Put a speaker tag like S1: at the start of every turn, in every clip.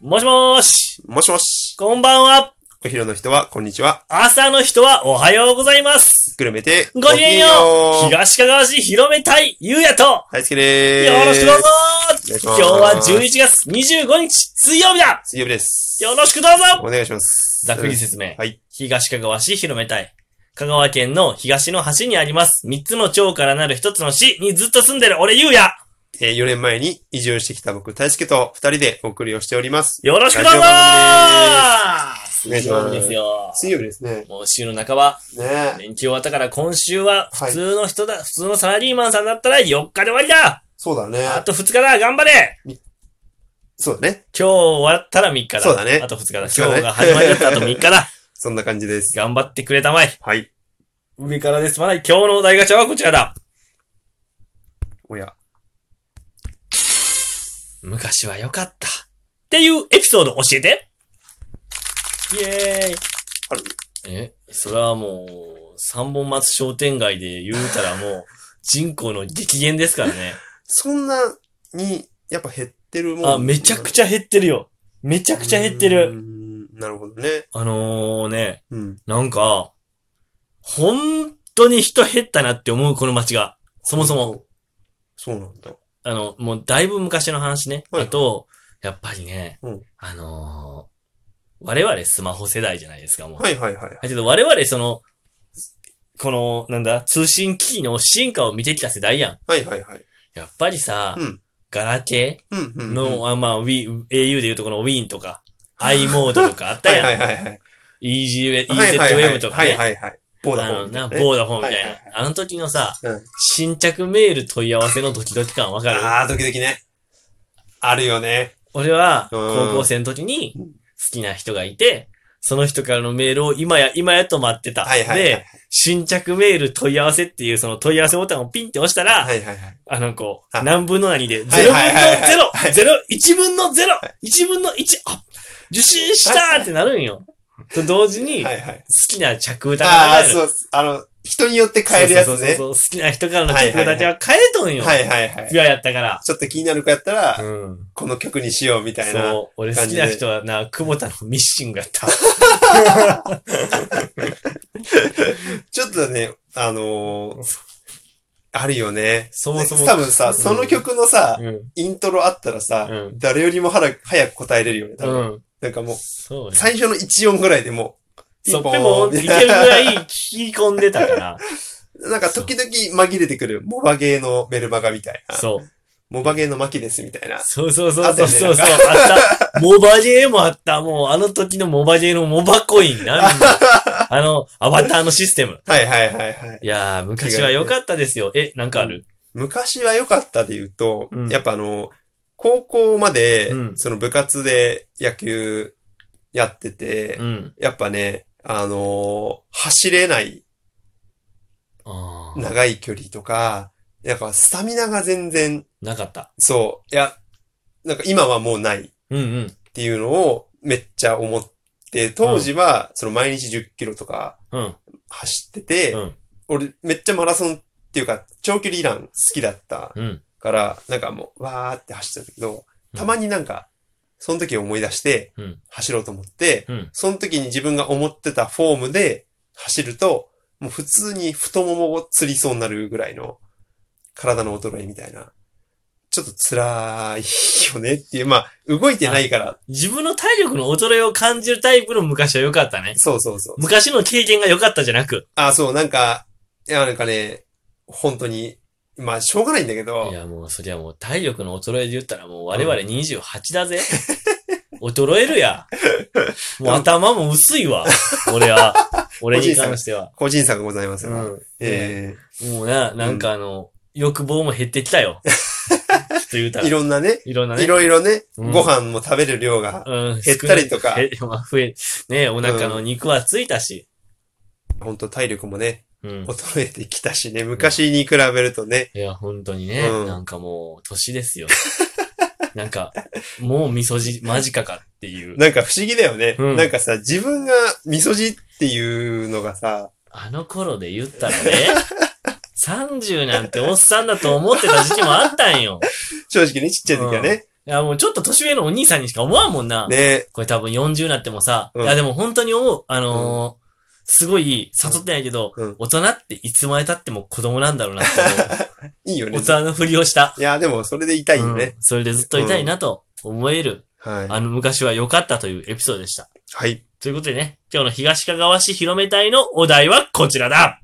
S1: もしもーし、
S2: もしもし。
S1: こんばんは。
S2: お昼の人は、こんにちは。
S1: 朝の人はおはようございます。
S2: グルメで、
S1: ごきげんよう。
S2: う。
S1: 東かがわ市広めたい、ゆうやと、
S2: はい、すけでー
S1: よ
S2: す。
S1: ろしくどうぞ
S2: 願いし
S1: 今
S2: ます
S1: 日は11月25日、水曜日だ
S2: 水曜日です。
S1: よろしくどうぞ
S2: お願いします。
S1: ざっくり説明。
S2: はい。
S1: 東かがわ市広めたい。香川県の東の端にあります。三つの町からなる一つの市にずっと住んでる俺ゆうや。
S2: えー、4年前に移住してきた僕、大輔と2人でお送りをしております。
S1: よろしくどうぞ
S2: お願い
S1: 水
S2: しま
S1: 曜
S2: す
S1: 日ですよ。
S2: 水曜日ですね。
S1: もう週の半ば、
S2: ねえ。
S1: 連休終わったから今週は
S2: はい
S1: 普通の人だ、普通のサラリーマンさんだったら4日で終わりだ
S2: そうだね。
S1: あと2日だ頑張れ
S2: そうだ
S1: 今
S2: ね。
S1: 日終わったら3日だ。
S2: そうだね
S1: あと2日だ。
S2: そうだ
S1: 今
S2: ね
S1: 日が始まりだったあと3日だ。
S2: そんな感じです。
S1: 頑張ってくれたまえ。
S2: はい。
S1: 上からですまない。今日のお題ガチャはこちらだ。
S2: おや。
S1: 昔は良かった。っていうエピソード教えてイエーイ
S2: ある
S1: え、それはもう、三本松商店街で言うたら もう、人口の激減ですからね。
S2: そんなに、やっぱ減ってるもん。
S1: あ、めちゃくちゃ減ってるよ。めちゃくちゃ減って
S2: うー
S1: る。
S2: ん。なるほどね。
S1: あのーね、
S2: うん。
S1: なんか、本当に人減ったなって思う、この街が。そもそも。。
S2: そうなんだ。
S1: あの、もうだいぶ昔の話ね。
S2: はい
S1: あと、やっぱりね、
S2: うん
S1: あのー我々スマホ世代じゃないですか、もう。
S2: はいはいはい。
S1: だけど我々その、この、なんだ、通信機器の進化を見てきた世代やん。
S2: はいはいはい。
S1: やっぱりさ、
S2: うん
S1: ガラケ
S2: うんうんう
S1: ー
S2: ん。
S1: の、あまあ、Wii、au でいうとこの Win とか、i モードとかあったやん。
S2: はいはいはいはい。
S1: EasyWeb
S2: はいはいは
S1: EZWeb
S2: い
S1: とか
S2: は
S1: ね。
S2: いはいはい。ボーダ
S1: あ
S2: フォ
S1: の
S2: ンみたい
S1: な、
S2: なね。
S1: ボーダフォンみたい
S2: はい
S1: な
S2: はい。
S1: あの時のさ、
S2: うん
S1: 新着メール問い合わせのドキドキ感わかる
S2: ああ、時々ね。あるよね。
S1: 俺は、
S2: うん
S1: 高校生の時に
S2: う
S1: 好
S2: ん
S1: きな人がいて、その人からのメールを今や今やと待ってた。
S2: はいはいはい
S1: で、新着メール問い合わせっていうその問い合わせボタンをピンって押したら、
S2: はいはいはい。
S1: あの、こう、
S2: あ
S1: 何分の何で、0分の
S2: はい
S1: 0
S2: はいはいはい、
S1: 0、1分の0、1分の1、あ、受信したーってなるんよ。と同時に、好
S2: はいはい。
S1: きな着歌
S2: あ
S1: が
S2: あ、
S1: 流れる。
S2: そう、あの、人によって変えるやつ
S1: そうそうそ
S2: ね。
S1: うそう好きな人からの着歌だけは変えとんよ。
S2: はいはいはい。
S1: ピュアやったから。
S2: ちょっと気になる子やったら、
S1: うん。
S2: この曲にしようみたいな。
S1: そう、俺好
S2: 感
S1: き
S2: じ
S1: な
S2: で
S1: 人はな、久保田のミッシングやった。
S2: ちょっとね、あのーあるよね。
S1: そもそも。
S2: 多分さ、その曲のさ、
S1: うん。
S2: イントロあったらさ
S1: う、ん
S2: 誰よりもはら早く答えれるよね。多分
S1: うん。
S2: なんかもう、
S1: そうね。
S2: 最初の1音ぐらいでもう、
S1: そっ
S2: ピン
S1: ぺ
S2: ポ
S1: も
S2: ー
S1: ん
S2: ン
S1: いけるぐらい聞き込んでた から。
S2: なんか時々紛れてくる、モバゲーのメルマガみたいな。
S1: そう。
S2: モバゲーのマキですみたいな。
S1: そうそうそうそうそうそう。
S2: あ
S1: あった。モバゲーもあった。もう、あの時のモバゲーのモバコインな。みんな あの、アバターのシステム。
S2: はいはいはいはい。
S1: いやー、昔は良かったですよ。え、なんかある
S2: 昔は良かったで言うと、
S1: うん
S2: やっぱあの、高校まで、
S1: うん
S2: その部活で野球やってて、
S1: うん。
S2: やっぱね、あのー走れない
S1: あー
S2: 長い距離とか、やっぱスタミナが全然、
S1: なかった。
S2: そう、いや、なんか今はもうないっ
S1: うんうん。
S2: ていうのをめっちゃ思って、当時は、その毎日10キロとか
S1: うん。
S2: 走ってて、
S1: うん
S2: 俺めっちゃマラソンっていうか、長距離ラン好きだった
S1: うん。
S2: から、なんかもう、わーって走ってたけど、
S1: うん
S2: たまになんか、その時思い出して
S1: うん、
S2: 走ろうと思って、
S1: うん。
S2: その時に自分が思ってたフォームで走ると、もう普通に太ももをつりそうになるぐらいの体の衰えみたいな。ちょっと辛いよねっていう、まあ、動いてないから、
S1: 自分の体力の衰えを感じるタイプの昔は良かったね。
S2: そうそうそう。
S1: 昔の経験が良かったじゃなく。
S2: あ、そう、なんか、いや、なんかね、本当に、まあ、しょうがないんだけど
S1: い、や、もう、そりゃもう、体力の衰えで言ったら、もう、我々28だ ぜ。衰えるや。もう、頭も薄いわ。俺は。俺に関しては。
S2: 個人差がございます
S1: う
S2: よ。
S1: ん。
S2: え
S1: もうな、なんかあの、欲望も減ってきた よ。ちょっと言うた
S2: え
S1: ら。
S2: いろんなね、
S1: いろんなね。
S2: いろいろね、
S1: うん
S2: ご飯も食べる量が
S1: うん、
S2: 減ったりとか
S1: 少な減まあ、増え、ねお腹の肉はついたし。
S2: 本当体力もね、
S1: うん。
S2: 衰えてきたしね、昔に比べるとね、
S1: いや、本当にね、
S2: うん
S1: なんかもう、年ですよ。 なんか、もう味噌汁、間近かっていう。
S2: なんか不思議だよね。
S1: うん
S2: なんかさ、自分が味噌汁っていうのがさ、
S1: あの頃で言ったらね、30なんておっさんだと思ってた時期もあったんよ。
S2: 正直ね、ちっちゃい時はね、
S1: いや、もうちょっと年上のお兄さんにしか思わんもんな。
S2: ね
S1: これ多分40になってもさ、
S2: うん
S1: いやでも本当に思う、あのーすごい悟ってないけど、
S2: うん
S1: 大人っていつまで経っても子供なんだろうなって
S2: い いよ
S1: 思う、
S2: ね。
S1: 大人のふりをした。
S2: いや、でもそれで痛いよね。
S1: うんそれでずっといたいなと思える、
S2: はい。
S1: あの昔は良かったというエピソードでした。
S2: はい。
S1: ということでね、今日の東かがわ市広め隊のお題はこちらだ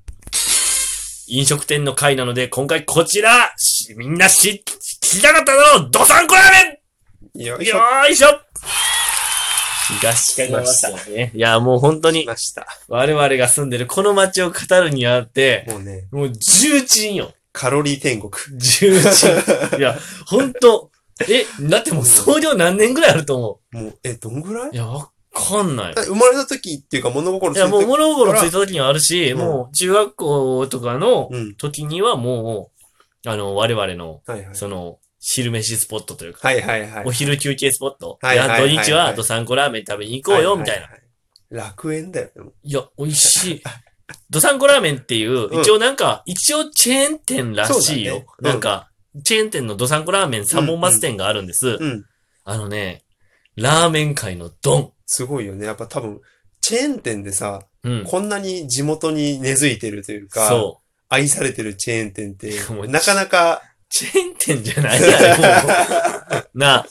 S1: 飲食店の会なので、今回こちらしみんな知、知りたかっただろうドサンコラーメン
S2: よいし
S1: よ
S2: ょ。
S1: ーいしょ東かがわ市だね。いや、もう本当に
S2: 来、ました。
S1: 我々が住んでるこの街を語るにあって、
S2: もうね、
S1: もう重鎮よ。
S2: カロリー天国。
S1: 重鎮。いや、ほんと。え、だってもう創業何年ぐらいあると思
S2: もう、え、どんぐらいう
S1: いや、わかんない。
S2: 生まれた時っていうか物心
S1: い
S2: つい
S1: や、
S2: た
S1: もう
S2: 時。
S1: 物心ついた時にはあるし、
S2: うん
S1: もう中学校とかの
S2: うん。
S1: 時にはもう、あの、我々の、
S2: はいはい。
S1: その、汁飯スポットというか、
S2: はいはいはい。
S1: お昼休憩スポット。
S2: はいはいは
S1: い
S2: い
S1: や、土日
S2: は
S1: はいドサンコラーメン食べに行こうよ、みたいな
S2: は。はは。楽園だよね。
S1: いや、美味しい。 ドサンコラーメンっていう、
S2: うん
S1: 一応なんか、一応チェーン店らしいよ。
S2: そうだねうん
S1: なんか、チェーン店のドサンコラーメン三本松店があるんです。
S2: うん。
S1: あのね、ラーメン界のドン。
S2: すごいよね。やっぱ多分、チェーン店でさ、
S1: うん。
S2: こんなに地元に根付いてるというか、
S1: そ
S2: 愛されてるチェーン店って
S1: もう、
S2: なかなか、
S1: う。チェーン店じゃないやろ、 もうな、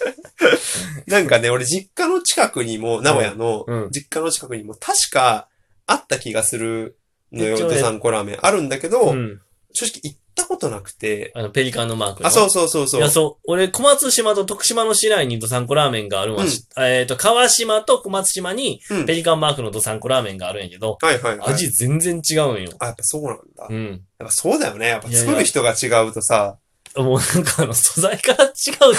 S2: なんかね、俺実家の近くにも、名古屋の
S1: うんうん
S2: 実家の近くにも、確かあった気がするのよ、
S1: 一応
S2: ド
S1: ね
S2: サンコラーメン。あるんだけど、
S1: うん。
S2: 正直行ったことなくて、
S1: あの、ペリカンのマークの。
S2: あ、そうそうそうそ
S1: いうや、。そう。俺、小松島と徳島の市内にドサンコラーメンがあるわ。
S2: うん
S1: しえっ、と、川島と小松島に
S2: うん、
S1: ペリカンマークのドサンコラーメンがあるんやけど、
S2: はいはいはい。
S1: 味全然違うんよ。
S2: あ、やっぱそうなんだ。やっ
S1: うん。
S2: ぱそうだよね。やっぱ
S1: いやいや
S2: 作る人が違うとさ、
S1: もうなんかあの素材から違う と思う。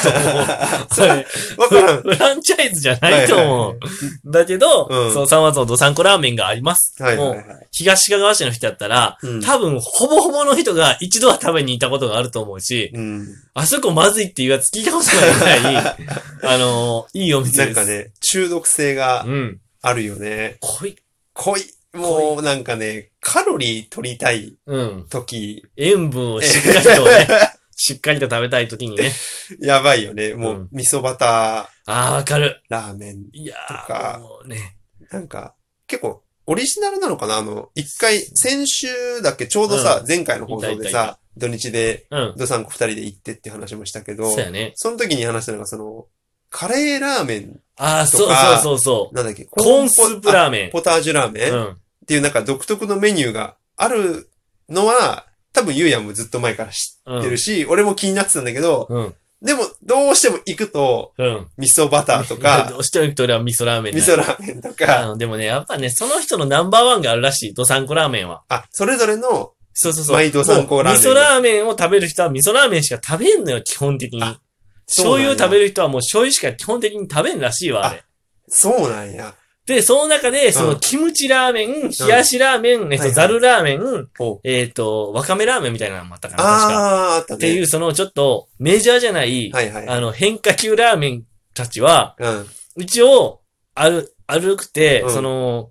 S2: それ
S1: はい
S2: わからん。
S1: フランチャイズじゃないと思う。だけど、
S2: うん
S1: そう、サマゾンとサンコラーメンがあります。
S2: はいはい
S1: も
S2: は
S1: う、
S2: い。
S1: 東かがわ市の人だったら、
S2: うん
S1: 多分、ほぼほぼの人が一度は食べに行ったことがあると思うし、
S2: うん。
S1: あそこまずいっていうやつ聞いたことないぐらい、 あのいいお店
S2: な
S1: で
S2: ん
S1: す。
S2: か。ね、中毒性が
S1: うん。
S2: あるよね。
S1: 濃い。
S2: 濃い。もうなんかね、カロリー取りたい
S1: うん。
S2: 時、
S1: 塩分をしっかりとね、 しっかりと食べたい時にね。
S2: やばいよね。も
S1: う、
S2: うん味噌バタ
S1: ああ、わかる。
S2: ー、ラーメン。
S1: いや
S2: とか
S1: ー、もうね。
S2: なんか、結構、オリジナルなのかなあの、一回、先週だっけ、ちょうどさ、
S1: う
S2: 前回の放送で
S1: いたいたい
S2: さ、土日で、
S1: うん。
S2: ドサンコ二人で行ってって話もしたけど、
S1: そうやね。
S2: その時に話したのが、その、カレーラーメン、
S1: ああ、
S2: と
S1: そう
S2: か
S1: そうそうそう。
S2: なんだっけコ
S1: コーンスープ
S2: ー
S1: ラーメン。
S2: ポタージュラーメンっ
S1: うん。
S2: ていうなんか独特のメニューがあるのは、多分ゆうやもずっと前から知ってるし、俺も気になってたんだけど、
S1: うん。
S2: でもどうしても行くと、
S1: うん。
S2: 味噌バターと
S1: ど
S2: か、
S1: うしても行くと俺は味噌ラーメン
S2: 味
S1: だ
S2: 噌ラーメンと
S1: あ
S2: か、
S1: の、でもね、やっぱね、その人のナンバーワンがあるらしい。ドサンコラーメンは。
S2: あ、それぞれの、
S1: そうそうそう。
S2: 毎度参考ラーメン
S1: もう味噌ラーメンを食べる人は味噌ラーメンしか食べんのよ、基本的に。
S2: あそう
S1: 醤
S2: なん
S1: 油
S2: や
S1: を食べる人はもう醤油しか基本的に食べんらしいわ、あれ。
S2: そうなんや。
S1: で、その中で、そうの、
S2: ん
S1: キムチラーメン、冷やしラーメン、えっ
S2: はいは
S1: と、
S2: い
S1: ザルラーメン、
S2: ほう
S1: えっ、と、わかめラーメンみたいなのもあったかな、確か。
S2: あー、あったね。
S1: っていう、その、ちょっと、メジャーじゃない、
S2: はいはい。
S1: あの、変化球ラーメンたちは、
S2: うん。
S1: 一応、ある、歩くて、
S2: うん
S1: その、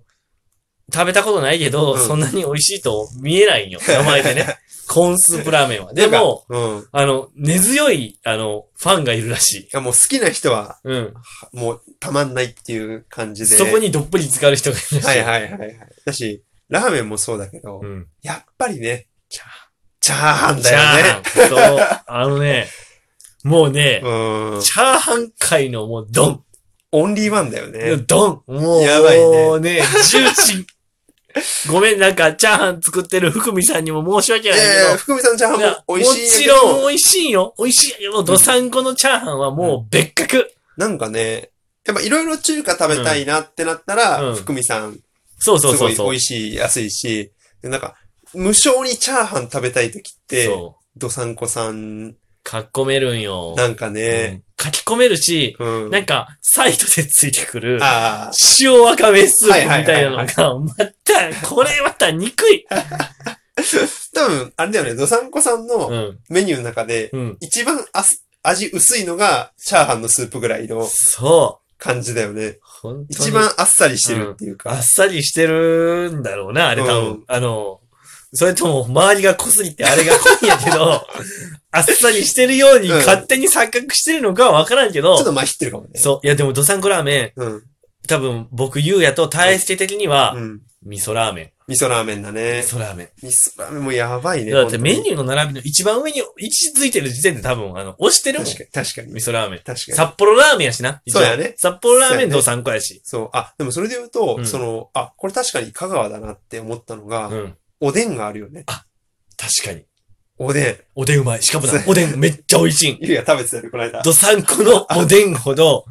S1: 食べたことないけど、
S2: うん
S1: そんなに美味しいと見え ないんよ。名前でね。コーンスープラーメンは。でも、
S2: なんか、うん。い
S1: あの、根強い、あの、ファンがいるらしい。
S2: やもう好きな人は、
S1: うん。
S2: もうたまんないっていう感じで。
S1: そこにどっぷり浸かる人がいるらしい。
S2: はいはいはいはい。だし、ラーメンもそうだけど、
S1: うん。
S2: やっぱりね、
S1: チャー
S2: チャーハン
S1: チャー
S2: だよね。
S1: ハン。そう。あのね、もうね
S2: う、ーん。
S1: チャーハン界のもう、ドン。
S2: オンリーワンだよね。
S1: ドン。もう、
S2: やばいね
S1: もうね、重鎮。ごめん、なんか、チャーハン作ってる福美さんにも申し訳
S2: い
S1: ないけど
S2: やいや、、福美さんのチャーハンも美味しいん
S1: い
S2: だ
S1: や
S2: け
S1: も
S2: ど。
S1: ちろん美味しいよ。美味しいけど、ドサンコのチャーハンはもう別格。
S2: なんかね、やっぱいろいろ中華食べたいなってなったら、
S1: うん
S2: 福美さん、
S1: そうそう
S2: す
S1: そ
S2: ご
S1: う
S2: い美
S1: そう。
S2: 味しい、安いし、でなんか、無性にチャーハン食べたい時って、
S1: そう。
S2: どさんこさん、
S1: 書き込めるんよ。
S2: なんか
S1: う
S2: ね、
S1: ん書き込めるし、
S2: うん。
S1: なんか、サイトでついてくる、
S2: ああ、
S1: 塩わかめスープみたいなの
S2: はい
S1: が、また、これまた憎 い。
S2: 多分、あれだよね、どさんこさん
S1: う
S2: の
S1: ん。
S2: メニューの中で、
S1: うん。
S2: 一番あす味薄いのが、チャーハンのスープぐらいの
S1: そう。
S2: 感じだよね。
S1: 本当に
S2: 一番あっさりしてるっていう
S1: あ
S2: か
S1: っ。さりしてるんだろうな、あれ多分。
S2: うん
S1: あの、それとも、周りが濃すぎてあれが濃いんやけ ど、あっさりしてるように
S2: うん
S1: 勝手に錯覚してるのかはわからんけど、
S2: ちょっとまひってるかもね。
S1: そう。いや、でも、どさんこラーメン、
S2: うん。
S1: 多分、僕、ゆうやと体質的には
S2: う、ん。
S1: 味噌ラーメ
S2: 味噌ラーメンだ
S1: ン。
S2: ね
S1: 味。噌ラーメン。
S2: 味噌ラーメンもやばいね。
S1: だってメニ
S2: ュー
S1: ューの並びの一番上に位置づいてる時点で多分、あの、押してるもん。
S2: 確
S1: 味
S2: かに、確かに。
S1: 噌ラーメン。
S2: 確かに。
S1: 札幌ラーメンやしな。一応
S2: そうやね
S1: 札幌ラー
S2: そう
S1: メ
S2: や
S1: ン
S2: ね
S1: どさんこやし。
S2: そう。あ、でもそれで言うと、
S1: うん
S2: その、あ、これ確かに香川だなって思ったのが、
S1: うん。
S2: おでんがあるよね。
S1: 確かに。
S2: おで
S1: おでんうまい。しかもな
S2: そう、
S1: おでんめっちゃ美味しいん。
S2: ん。ゆうや食べてたよね、この間。
S1: どさんこのおでんほど、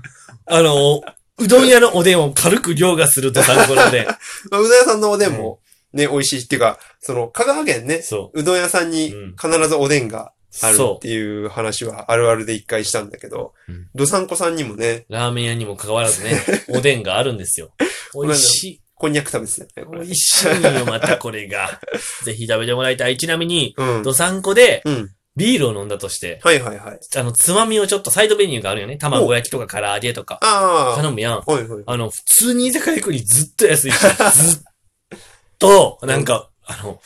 S1: あの、うどん屋のおでんを軽く凌駕するどさんこのおでん。
S2: まあうどん屋さんのおでんも、ね、美味しいっていうか、その、香川県ね、
S1: そう。
S2: うどん屋さんに
S1: うん
S2: 必ずおでんがあるっ
S1: そ
S2: ていう話はあるあるで一回したんだけど
S1: うん、
S2: どさんこさんにもね、
S1: う。ラーメン屋にも関わらずね、おでんがあるんですよ。美味しい。
S2: こんにゃく食べてたよね、こ
S1: 美
S2: れ。
S1: 味しいよ、またこれが。ぜひ食べてもらいたい。ちなみに、
S2: うん。
S1: どさんこで
S2: うん。
S1: ビールを飲んだとして、
S2: はいはいはい。
S1: あの、つまみをちょっとサイドメニューがあるよね。卵焼きとか唐揚げとか。
S2: あ
S1: 頼むやん。
S2: あ。はいはい。
S1: あの、普通に居酒屋行くよりずっと安いし、 ずっと、なんか、あの、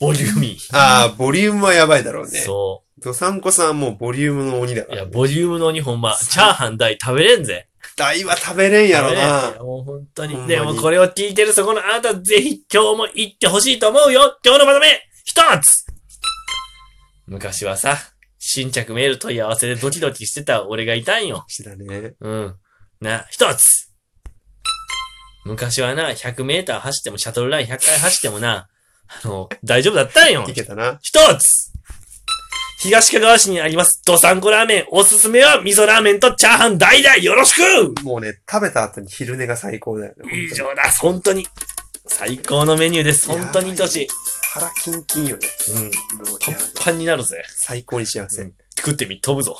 S1: ボリューミー。
S2: ああ、ボリュームはやばいだろうね。
S1: そ
S2: どさんこさんはもうボリュームの鬼だ
S1: う。
S2: か
S1: いや、
S2: ら。
S1: ボリュームの2本ま、チャーハン大食べれんぜ。
S2: 大は食べれんやろ
S1: 食べれん
S2: な
S1: ぜ。もう本当
S2: ほん
S1: に。
S2: まに
S1: でもこれを聞いてるそこのあなた、ぜひ今日も行ってほしいと思うよ今日のまとめ一つ昔はさ、新着メール問い合わせでドキドキしてた俺がいたんよ。
S2: してたね。
S1: うん。な、一つ昔はな、100メーター走っても、シャトルライン100回走ってもな、あの、大丈夫だったんよ
S2: い。けたな。
S1: 一つ東かがわ市にあります、ドサンコラーメン、おすすめは味噌ラーメンとチャーハン代々よろしく
S2: もうね、食べた後に昼寝が最高だよね。本当に
S1: 以上だ、本当に。最高のメニューです、本当に愛しい。
S2: 腹キンキンよね。
S1: うん。
S2: もう
S1: パ
S2: い
S1: ン
S2: や
S1: パンになるぜ。
S2: 最高に幸せ。
S1: うん食ってみ、飛ぶぞ。